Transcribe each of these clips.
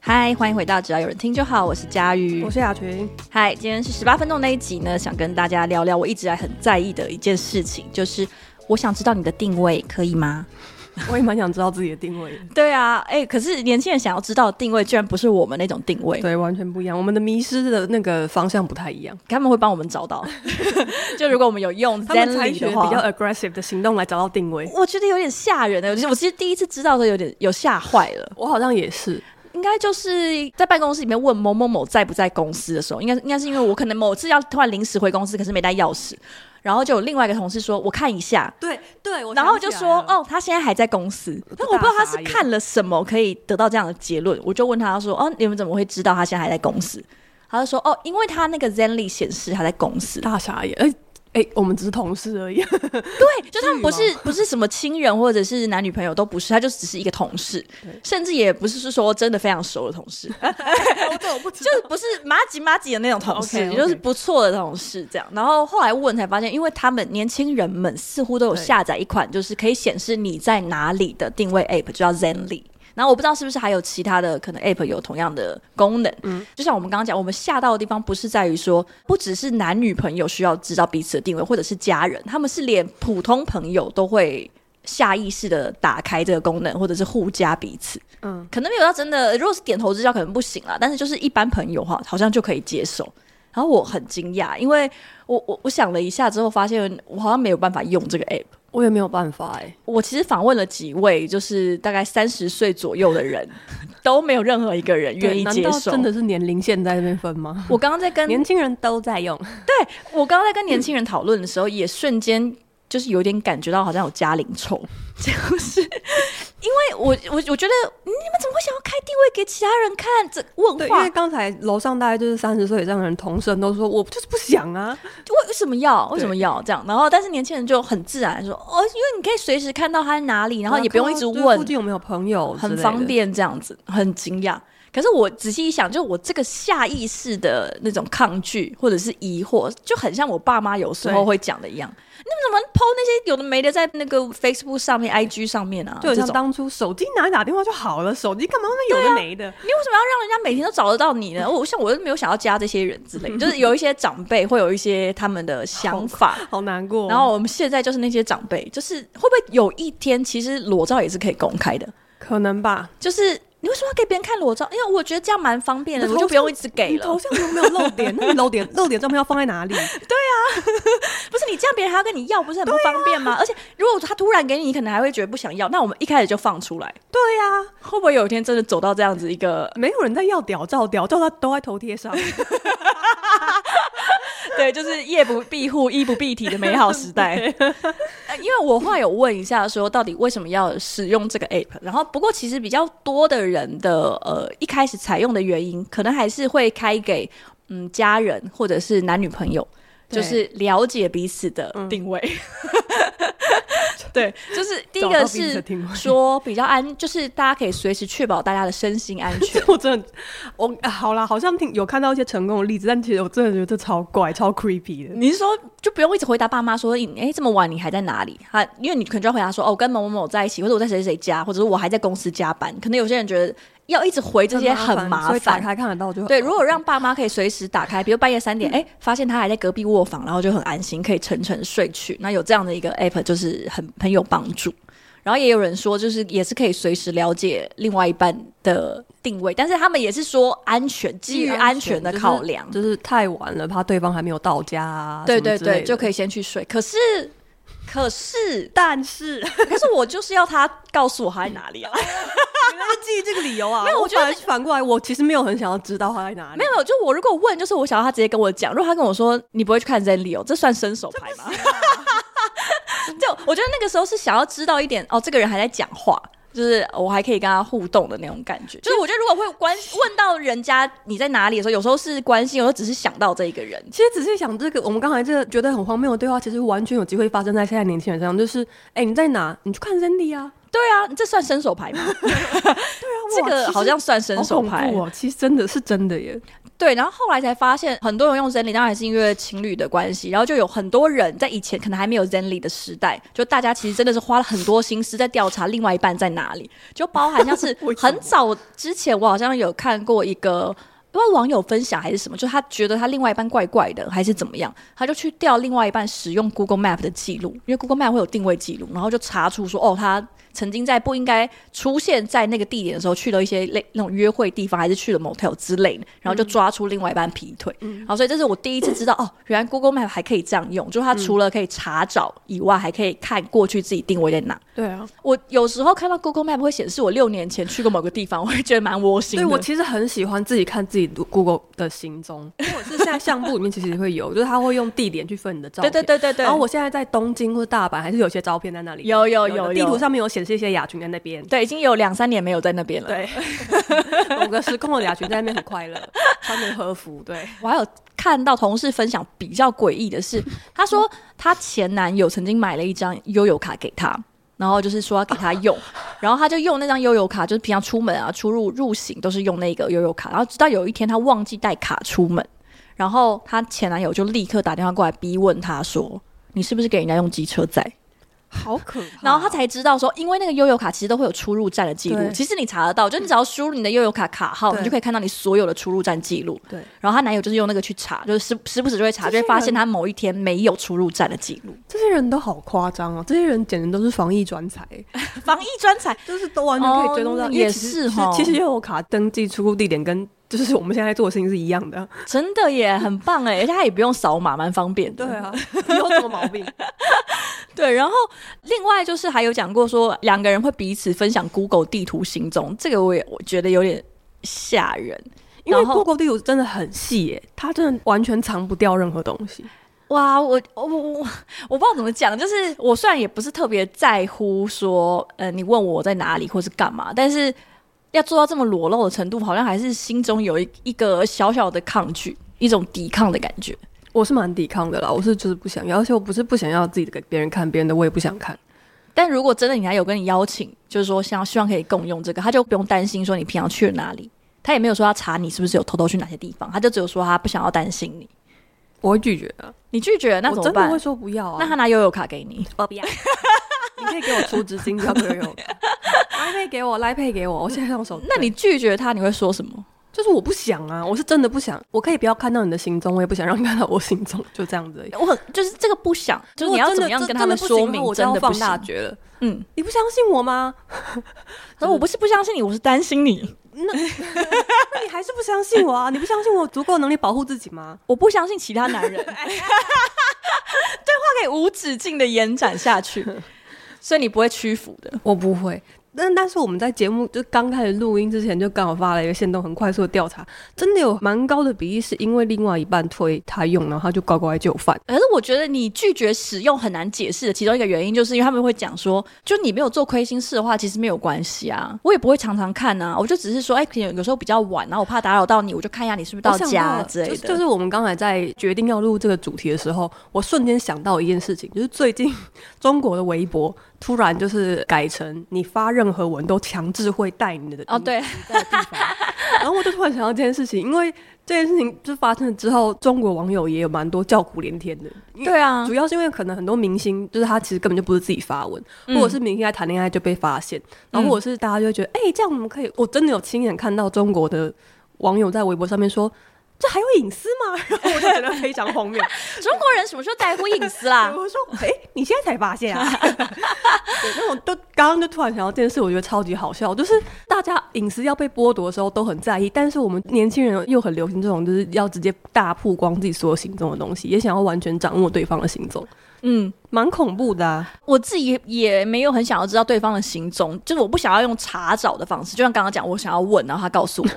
嗨，欢迎回到只要有人听就好，我是佳瑜我。是雅群， 嗨，今天是十八分钟那一集呢，想跟大家聊聊我一直还很在意的一件事情，就是我想知道你的定位，可以吗？我也蛮想知道自己的定位的。对啊，哎、可是年轻人想要知道的定位，居然不是我们那种定位，对，完全不一样，我们的迷失的那个方向不太一样。他们会帮我们找 到。就如果我们有用他们采 Zenly 取的比话，较 aggressive 的行动来找到定位。我觉得有点吓人的、我其实我其实第一次知道的时候有点有吓坏了。我好像也是，应该就是在办公室里面问某某某在不在公司的时候，应该应该是因为我可能某次要突然临时回公司，可是没带钥匙，然后就有另外一个同事说：“我看一下。”对对，我然后就说：“哦，哦，他现在还在公司。”就那我不知道他是大傻眼看了什么可以得到这样的结论。我就问他说：“哦，你们怎么会知道他现在还在公司？”他就说：“哦，因为他那个 Zenly 显示他在公司。大傻眼，哎、哎、我们只是同事而已。哎对，就他们不是不是什么亲人或者是男女朋友都不是，他就只是一个同事，甚至也不是说真的非常熟的同事。我这我不知就是不是麻吉麻吉的那种同事 OK，OK 就是不错的同事这样。然后后来问才发现，因为他们年轻人们似乎都有对下载一款，就是可以显示你在哪里的定位 App，就叫 Zenly。然后我不知道是不是还有其他的可能 App 有同样的功能。嗯，就像我们刚刚讲，我们吓到的地方不是在于说，不只是男女朋友需要知道彼此的定位，或者是家人，他们是连普通朋友都会。下意识的打开这个功能，或者是互加彼此。嗯，可能没有到真的，如果是点头之交可能不行啦，但是就是一般朋友哈，好像就可以接受。然后我很惊讶，因为我我我想了一下之后，发现我好像没有办法用这个 app。我也没有办法哎、我其实访问了几位，就是大概三十岁左右的人，都没有任何一个人愿意对接难道受。真的是年龄线在那边分吗？ 我刚刚在跟年嗯轻人都在用，我刚刚在跟年轻人讨论的时候，也瞬间就是有点感觉到好像有家庭臭， 就是因为我我我觉得嗯你们怎么会想要开定位给其他人看？这对，问因话为刚才楼上大概就是三十岁以上的人，同事都说我就是不想啊，为为什么要为什么要这样？然后但是年轻人就很自然地说哦，因为你可以随时看到他在哪里，然后也不用一直对问附，近有没有朋友，很方。便这样子，很惊讶。可是我仔细一想，就我这个下意识的那种抗拒或者是疑惑，就很像我爸妈有时候对会讲的一样，你们怎么 PO 那些有的没的在那个 Facebook 上面、IG 上面啊？这就很像种当初手机拿来打电话就好了，手机干嘛那么有的没的？你为什么要让人家每天都找得到你呢？我像我又没有想要加这些人之 类，就是有一些长辈会有一些他们的想法，好难过。啊然后我们现在就是那些长辈，就是会不会有一天，其实裸照也是可以公开的？可能吧，就是你为什么要给别人看裸照？因为我觉得这样蛮方便的，你我的就头不用一直给你了头。像有没有露点？ 那你露点露点照片要放在哪里？不是你这样，别人还要跟你要，不是很不方便吗？而且如果他突然给你，你可能还会觉得不想要。那我们一开始就放出来，对呀、会不会有一天真的走到这样子一个？没有人在要屌照，屌照他都在头贴上。 对，就是夜不闭户、衣不蔽体的美好时代。 呃因为我后来有问一下，说到底为什么要使用这个 app，然后不过其实比较多的人的呃一开始采用的原因，可能还是会开给嗯家人或者是男女朋友，对就是了解彼此的定位。嗯 对， 就是第一找个到彼此的是定位说比较安，就是大家可以随时确保大家的身心安全。 我真的，我啊好啦，好像听有看到一些成功的例子，但其实我真的觉得这超怪、超 creepy 的。你是说就不用一直回答爸妈说，哎、诶这么晚你还在哪里？啊，因为你可能就要回答说，哦，我跟某某某在一起，或者我在谁谁家，或者是我还在公司加班。可能有些人觉得要一直回这些很麻所以打烦。开看得到就对，如果让爸妈可以随时打开，比如半夜三点，哎、发现他还在隔壁卧房，然后就很安心，可以沉沉睡去。那有这样的一个 app，就是很很有帮助。然后也有人说，就是也是可以随时了解另外一半的定位，但是他们也是说安全，基于安全的考量，就是，就是太晚了，怕对方还没有到家啊。对对对，就以。，可以先去睡。可 是，可是但是可是我就是要他告诉我他在哪 里啊！ 原来是基于这个理由啊，没有我我觉得反而反过来，我其实没有很想要知道他在哪里。没有没有，就我如果问，就是我想要他直接跟我讲。如果他跟我说你不会去看 Zenly 哦，这算伸手牌吗？ 就我觉得那个时候是想要知道一点哦，这个人还在讲话。就是我还可以跟他互动的那种感觉，就是我觉得如果会 关问到人家你在哪里的时候，有时候是关心，有时候只是想到这一个人。其实仔细想，这个我们刚才这个觉得很荒谬的对话，其实完全有机会发生在现在年轻人身上。就是，哎、你在哪？你去看 Zendy 啊，对啊，这算伸手牌吗？ 这个好像算伸手牌。哦，其实真的是真的耶。对，然后后来才发现，很多人用 Zenly，当然是因为情侣的关系，然后就有很多人在以前可能还没有 Zenly 的时代，就大家其实真的是花了很多心思在调查另外一半在哪里，就包含像是 为什么很早之前，我好像有看过一个。因为网友分享还是什么，就他觉得他另外一半怪怪的，还是怎么样，他就去调另外一半使用 Google Map 的记录，因为 Google Map 会有定位记录，然后就查出说，哦，他曾经在不应该出现在那个地点的时候，去了一些类那种约会地方，还是去了 motel 之类的，然后就抓出另外一半劈腿。嗯然后所以这是我第一次知道，哦，原来 Google Map 还可以这样用，就是它除了可以查找以外，还可以看过去自己定位在哪。对啊，我有时候看到 Google Map 会显示我六年前去过某个地方，我会觉得蛮窝心对的。我其实很喜欢自己看自己 Google 的行 踪，或者是现在相簿里面其实也会有，就是 他会用地点去分你的照对片。对对对对，然后我现在在东京或大阪，还是有些照片在那里。有有有有的地图上面有显示一些雅群在那边。对已经有两三年没有在那边了。对， 某个时空的雅群在那边很快乐，穿着和服。对，我还有看到同事分享比较诡异的是，她说她前男友曾经买了一张悠游卡给她。然后就是说要给她 用，然后她就用那张悠游卡，就是平常出门啊、出入、入行都是用那个悠游卡。然后直到有一天她忘记带卡出门，然后她前男友就立刻打电话过来逼问她说：“你是不是给人家用机车载？”好可怕然后他才知道说，因为那个悠游卡其实都会有出入站的记录，对其实你查得到，就你只要输入你的悠游卡卡号，对你就可以看到你所有的出入站记录。对，然后她男友就是用那个去查，就是时时不时就会查，这就些会发现他某一天没有出入站的记录。这些人都好夸张哦，这些人简直都是防疫专才，防疫专才， 就是都完全可以追踪到。哦因为其实也是哦其实悠游卡登记出入地点跟就是我们现在做的事情是一样的。真的耶，很棒哎，而且他也不用扫码，蛮方便的。，啊 有什么毛病？对。然后另外就是还有讲过说，两个人会彼此分享 Google 地图行踪，这个我也我觉得有点吓人。因为然后 Google 地图真的很细耶，它真的完全藏不掉任何东西。哇，我我我我我不知道怎么讲，就是我虽然也不是特别在乎说，呃，你问我在哪里或是干嘛，但是要做到这么裸露的程度，好像还是心中有一一个小小的抗拒，一种抵抗的感觉。我是蛮抵抗的啦，我是就是不想要，而且我不是不想要自己的给别人看，别人的我也不想看。但如果真的你还有跟你邀请，就是说像希望可以共用这个，他就不用担心说你平常去了哪里，他也没有说要查你是不是有偷偷去哪些地方，他就只有说他不想要担心你，我会拒绝的，你拒绝了那我怎么真的办会？说不要啊。那他拿悠游卡给你，我不要， 你可以给我出资金，要不 要有？来配给我，来配给我，我现在用手。那你拒绝他你会说什么？就是我不想啊，我是真的不想，我可以不要看到你的行踪，我也不想让你看到我行踪， 就这样子而已。我就是这个不想，就是你要怎么样跟他们说明如果，真真的的不行的话我不行。就要放大绝了。嗯，你不相信我吗？可是我不是不相信你，我是担心你。那你还是不相信 我啊？你不相信我有足够能力保护自己吗？我不相信其他男 人。对话可以无止境的延展下 去，所以你不会屈服的。我不会。但但是我们在节目就刚开始录音之前，就刚好发了一个线动，很快速的调查，真的有蛮高的比例是因为另外一半推他用，然后他就乖乖就范。可是我觉得你拒绝使用很难解释的其中一个原因，就是因为他们会讲说，就你没有做亏心事的话，其实没有关系啊，我也不会常常看啊，我就只是说，哎、可能有时候比较晚，然后我怕打扰到你，我就看一下你是不是到我想家了之类就的。是就是我们刚才在决定要录这个主题的时候，我瞬间想到一件事情，就是最近 中国的微博突然就是改成你发任何文都强制会带你的哦，，对，你在的地方。然后我就突然想到这件事情，因为这件事情就发生了之后，中国网友也有蛮多叫苦连天的。 对啊主，要是因为可能很多明星，就是他其实根本就不是自己发文，嗯或者是明星在谈恋爱就被发现，然后或者是大家就会觉得，哎、这样我们可以，我真的有亲眼看到中国的网友在微博上面说，这还有隐私吗？ 然后我就觉得非常荒谬， 中国人什么时候在乎隐私啊啦？我说，哎、你现在才发现啊？ 对，那我都刚刚就突然想到这件事，我觉得超级好笑，就是大家隐私要被剥夺的时候都很在意，但是我们年轻人又很流行这种，就是要直接大曝光自己所有行踪的东西，也想要完全掌握对方的行踪， 嗯，蛮恐怖的、啊。我自己也没有很想要知道对方的行踪，就是我不想要用查找的方式，就像刚刚讲，我想要问，然后他告 诉我。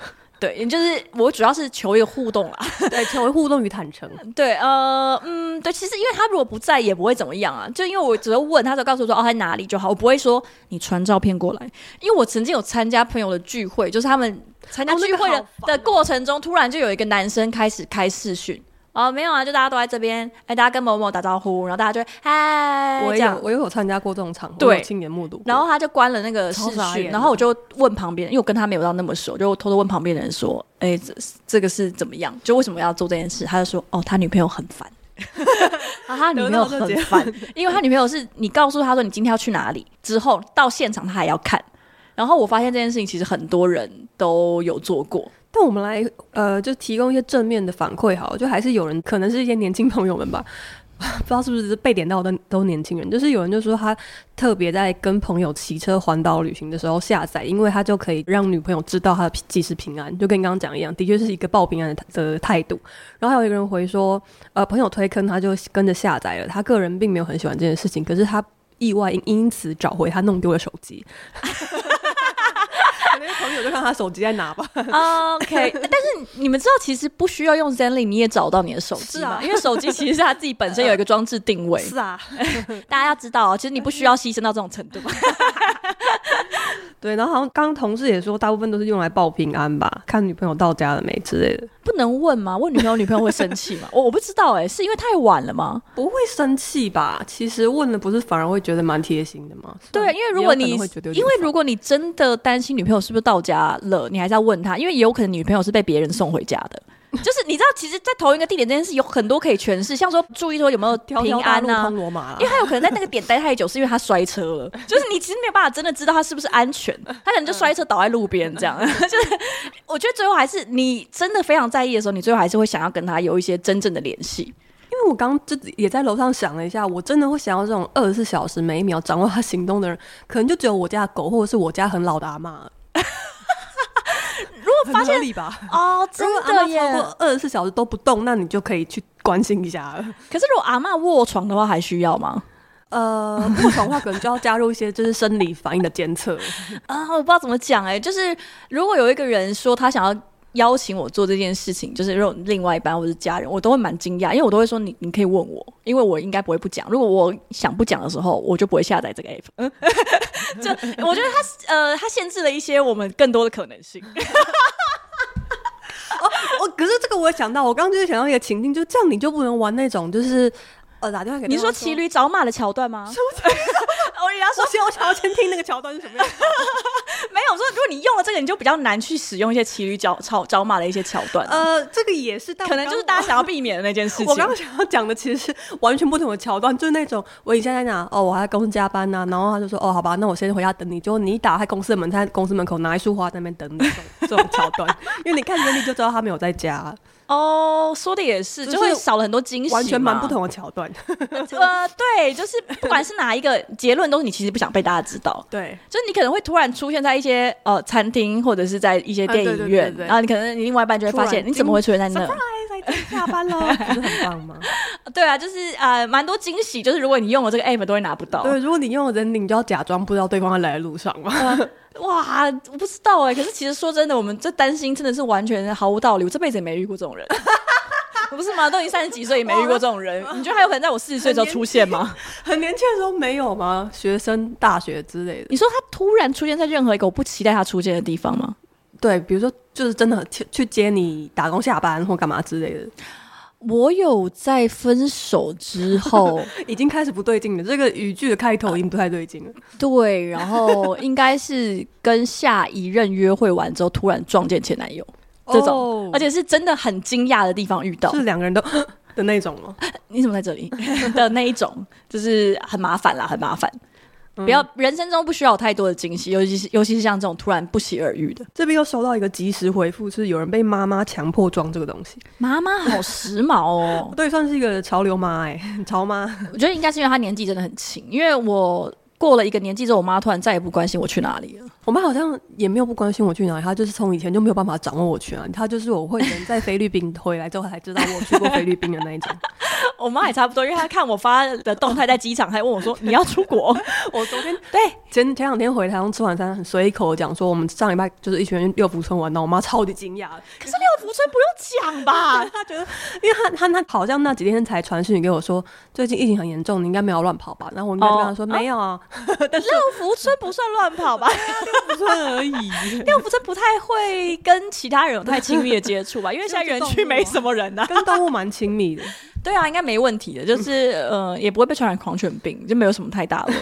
对，就是我主要是求一个互动啦。 对，成为互动与坦诚。对，呃，嗯，对，其实因为他如果不在也不会怎么样啊，就因为我只会问，他就告诉我说哦在哪里就好，我不会说你传照片过来，因为我曾经有参加朋友的聚会，就是他们参加哦那聚个会的、好烦哦的过程中，突然就有一个男生开始开视讯。哦，没有啊，就大家都在这边，哎，大家跟某某打招呼，然后大家就嗨，我这也有样，我也有参加过这种场合，对我有亲眼目睹过。然后他就关了那个视超傻眼讯，的然后我就问旁边，因为我跟他没有到那么熟，就偷偷问旁边的人说：“哎，这这个是怎么样？就为什么要做这件事？”他就说：“哦，他女朋友很烦。” 啊，他女朋友很烦，因为他女朋友是你告诉他说你今天要去哪里之后，到现场他还要看。然后我发现这件事情其实很多人都有做过， 但我们来呃，就提供一些正面的反馈，好了，就还是有人，可能是一些年轻朋友们吧， 不知道是不是被点到的都年轻人，就是有人就说他特别在跟朋友骑车环岛旅行的时候下载，因为他就可以让女朋友知道他的即时平安，就跟你刚刚讲一样，的确是一个报平安的的态度。然后还有一个人回说，呃，朋友推坑他就跟着下载了，他个人并没有很喜欢这件事情，可是他意外因因此找回他弄丢的手机。可能是朋友就看他手机在哪吧， OK，但是你们知道，其实不需要用 Zenly，你也找到你的手机是嘛？啊因为手机其实是它自己本身有一个装置定 位。啊，大家要知道哦，其实你不需要牺牲到这种程度。对，然后好像刚刚同事也说，大部分都是用来报平安吧，看女朋友到家了没之类的，不能问吗？问女朋友，女朋友会生气 吗？我我不知道哎、是因为太晚了吗？不会生气吧？其实问了不是反而会觉得蛮贴心的吗？对，因为如果你因为如果你真的担心女朋友是不是到家了，你还是要问她，因为也有可能女朋友是被别人送回家 的。就是你知道，其实，在同一个地点这件事有很多可以诠释，像说 注意说有没有条平条大安路啊，通罗马啦因为，他有可能在那个点待太久，是因为他摔车 了，就是你其实没有办法真的知道他是不是安全，他可能就摔车倒在路边这样。 就是我觉得最后还是你真的非常在意的时候，你最后还是会想要跟他有一些真正的联系。因为我刚刚就也在楼上想了一下，我真的会想要这种二十四小时每一秒掌握他行动的人，可能就只有我家的狗或者是我家很老的 阿妈。如果发现理吧， 哦，如果阿嬷超过二十四小时都不动，那你就可以去关心一下了。可是如果阿嬷卧床的话，还需要吗？呃，卧床的话，可能就要加入一些就是生理反应的监测。 啊，我不知道怎么讲哎、就是如果有一个人说他想要。邀请我做这件事情，就是如果另外一半或是家人，我都会蛮惊讶，因为我都会说你，你可以问我，因为我应该不会不讲。如果我想不讲的时候，我就不会下载这个 app。嗯 就我觉得它呃，它限制了一些我们更多的可能性。我可是这个我也想到，我刚刚就是想到一个情境，就这样你就不能玩那种就是呃打电话 给你对说方骑驴找马的桥段吗？什么我以为他说我先我想要先听那个桥段是什么样， 没有，我说如果你用了这个，你就比较难去使用一些骑驴找找找马的一些桥段啊、 呃，这个也是，但我可能就是大家想要避免的那件事情。刚。我刚刚想要讲的其实是完全不同的桥段，就是那种我以前在哪哦，我还在公司加班呐、然后他就说哦，好吧，那我先回家等你。结果你一打开公司的门，他在公司门口拿一束花在那边等你，这种这种桥段，因为你看人你就知道他没有在 家，哦，说的也是，就就是会少了很多惊喜，完全蛮不。同的桥段。呃，对，就是不管是哪一个结论，都是你其实不想被大家知道。对，就是你可能会突然出现在一些呃餐厅，或者是在一些啊电对影对院，对对对然后你可能你另外一半就会发突现然你怎么会出现在那？ surprise，已经下班了， 不是很棒吗？对啊，就是呃蛮多惊喜，就是如果你用了这个 app 都会拿不到。对，如果你用人领，你就要假装不知道对方在来的路上嘛。嗯哇，我不知道哎、可是其实说真的，我们这担心真的是完全毫无道理，我这辈子也没遇过这种人。 不是吗？都已经三十几岁也没遇过这种 人，你觉得还有可能在我四十岁之后出现吗？ 很年轻的时候没有吗？学生、大学之类的。你说他突然出现在任何一个我不期待他出现的地方吗？对，比如说就是真的去去接你打工下班或干嘛之类的，我有在分手之 后，已经开始不对劲了。这个语句的开头已经不太对劲了。对，然后应该是跟下一任约会完之后，突然撞见前男友这种，哦而且是真的很惊讶的地方遇到是。两个人都 嗯的那种吗？你怎么在 这里的那一种，就是很麻烦啦，很麻烦。不要、人生中不需要有太多的惊喜，尤其是尤其是像这种突然不期而遇的。这边又收到一个及时回复，是有人被妈妈强迫装这个东西。妈妈好时髦 哦，对，算是一个潮流妈哎、潮妈。我觉得应该是因为他年纪真的很轻，因为我过了一个年纪之后，我妈突然再也不关心我去哪里了。我妈好像也没有不关心我去哪里，她就是从以前就没有办法啊 掌握我去哪里。她就是我会人在菲律宾回来之后才知道我去过菲律宾的那一种。 我妈也差不多，因为她看我发的动态在机场，还问我说你要出国？ 我昨天对，前前两天回台湾吃晚餐，很随口讲说我们上礼拜就是一群人去六福村玩到，我妈超级惊讶的，可是六福村不用讲 吧？她觉得，因为她她她好像那几天才传讯息给我说，最近疫情很严重，你应该没有乱跑吧？然后我应该跟她说、哦没有啊，六福村不算乱跑 吧？不算而已。六福村不太会跟其他人有太亲密的接触吧？因为现在园区没什么人呐、啊跟动物蛮亲密的，对啊，应该没问题的，就是呃，也不会被传染狂犬病，就没有什么太大的问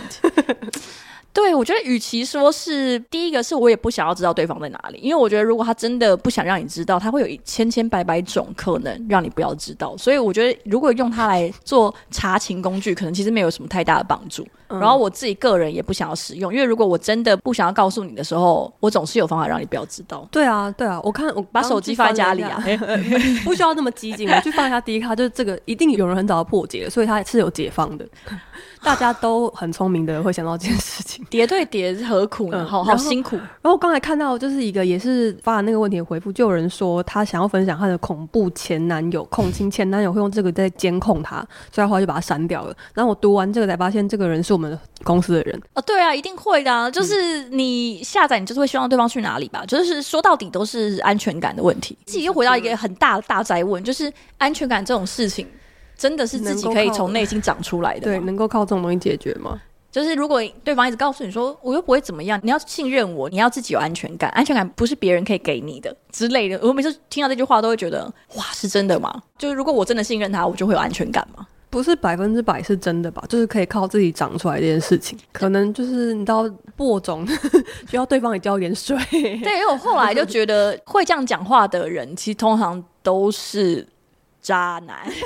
题。 对，我觉得与其说是第一个，是我也不想要知道对方在哪里，因为我觉得如果他真的不想让你知道，他会有一千千百百种可能让你不要知道。所以我觉得，如果用它来做查情工具，可能其实没有什么太大的帮助。然后我自己个人也不想要使用，因为如果我真的不想要告诉你的时候，我总是有方法让你不要知道。对啊对啊，我看我把刚手机放在家里去翻了一下啊，不需要那么激进，我去放一下第一卡，就是这个一定有人很早破解了，所以它是有解放 的。大家都很聪明的人会想到这件事情。叠对叠何苦呢？嗯好好然后辛苦。 然后我刚才看到就是一个也是发了那个问题的回复，就有人说他想要分享他的恐怖前男友、恐亲前男友会用这个在监控他，所以他后来就把他删掉了。然后我读完这个才发现，这个人是我们公司的人。哦，对啊，一定会的、啊。就是嗯你下载，你就是会希望对方去哪里吧？就是说到底都是安全感的问题。自己又回到一个很大的大灾问，就是安全感这种事情，真的是自己可以从内心长出来的。对，，能够靠这种东西解决吗？就是如果对方一直告诉你说我又不会怎么样，你要信任我，你要自己有安全感，安全感不是别人可以给你的之类的。我每次听到这句话都会觉得，哇，是真的吗？就是如果我真的信任他，我就会有安全感吗？不是百分之百是真的吧？就是可以靠自己长出来这件事情，可能就是你知道播种 需要对方也浇一点水。对，因为我后来就觉得 会这样讲话的人，其实通常都是渣男。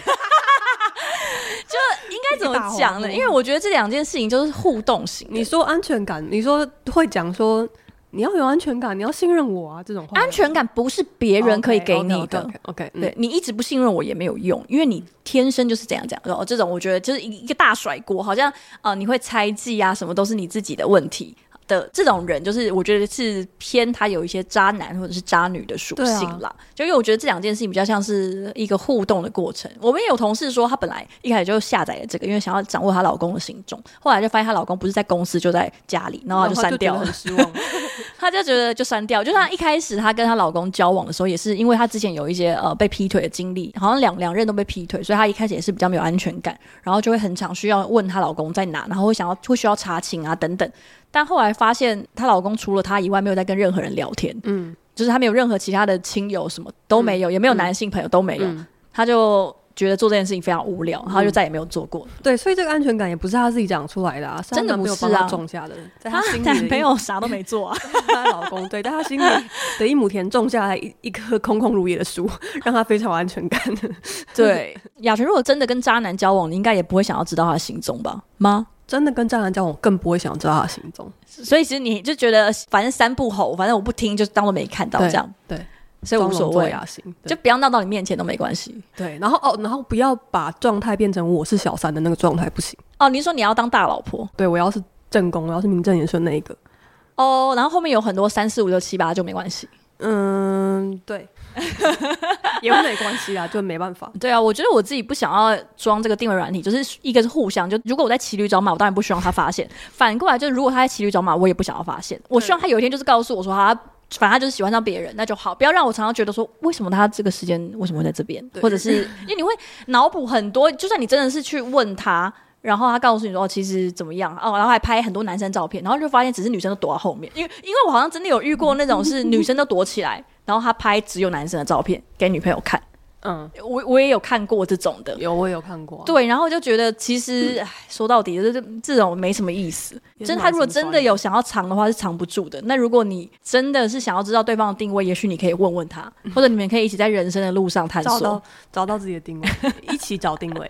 就应该怎么讲一个大黄蜂呢？因为我觉得这两件事情就是互动型的。你说安全感，你说会讲说你要有安全感，你要信任我啊，这种话，哦嗯安全感不是别人可以给你的。 OK，对，对你一直不信任我也没有用，因为你天生就是怎样讲。然后这种我觉得就是一一个大甩锅，好像呃你会猜忌啊，什么都是你自己的问题的这种人，就是我觉得是偏他有一些渣男或者是渣女的属性啦。就因为我觉得这两件事情比较像是一个互动的过程。我们也有同事说，她本来一开始就下载了这个，因为想要掌握她老公的行踪，后来就发现她老公不是在公司就在家里，然后她就删掉了很。失望。她就觉得就删掉，就像一开始她跟她老公交往的时候，也是因为她之前有一些呃被劈腿的经历，好像两两任都被劈腿，所以她一开始也是比较没有安全感，然后就会很常需要问她老公在哪，然后会想要会需要查寝啊等等。但后来发现她老公除了她以外，没有在跟任何人聊天，嗯，就是她没有任何其他的亲友什么都没有，也没有男性朋友都没有，嗯她就觉得做这件事情非常无聊，然后就再也没有做过。对，所以这个安全感也不是他自己讲出来的啊，是她真的男朋友不是啊帮她种下的，在她她心里的男一朋，友啥都没做 啊，她老公， 对，在她心里的一亩田种下来一一棵空空如也的树，让她非常有安全感。对，雅璇，如果真的跟渣男交往，你应该也不会想要知道他的行踪吧？吗？ 真的跟渣男交往，更不会想知道他的行踪。所以其实你就觉得，反正三不吼，反正我不听，就当做没看到对这样，对，所以无装聋所作谓，啊哑型，对就不要闹到你面前都没关系。对。然后哦，然后不要把状态变成我是小三的那个状态，不行。哦，你是说你要当大老婆对我要是正宫，我要是名正言顺那一个，哦，然后后面有很多三四五六七八就没关系。嗯，对， 也会没关系啦，就没办法。对啊，我觉得我自己不想要装这个定位软体，就是一个是互相，就如果我在骑驴找马，我当然不希望他发现；反过来，就是如果他在骑驴找马，我也不想要发现。我希望他有一天就是告诉我说他。反正他就是喜欢上别人，那就好，不要让我常常觉得说，为什么他这个时间为什么会在这边，对或者是因为你会脑补很多，就算你真的是去问他，然后他告诉你说哦，其实怎么样哦，然后还拍很多男生照片，然后就发现只是女生都躲在后面，因为因为我好像真的有遇过那种是女生都躲起来，然后他拍只有男生的照片给女朋友看，嗯，我我也有看过这种的，有我也有看过、啊，对，然后就觉得其实、唉说到底，就是这种没什么意思。也是真的他蛮如果心酸真的的有想要藏的话，是藏不住的。那如果你真的是想要知道对方的定位，也许你可以问问他，或者你们可以一起在人生的路上探嗯找索到。找到自己的定位，一起找定位。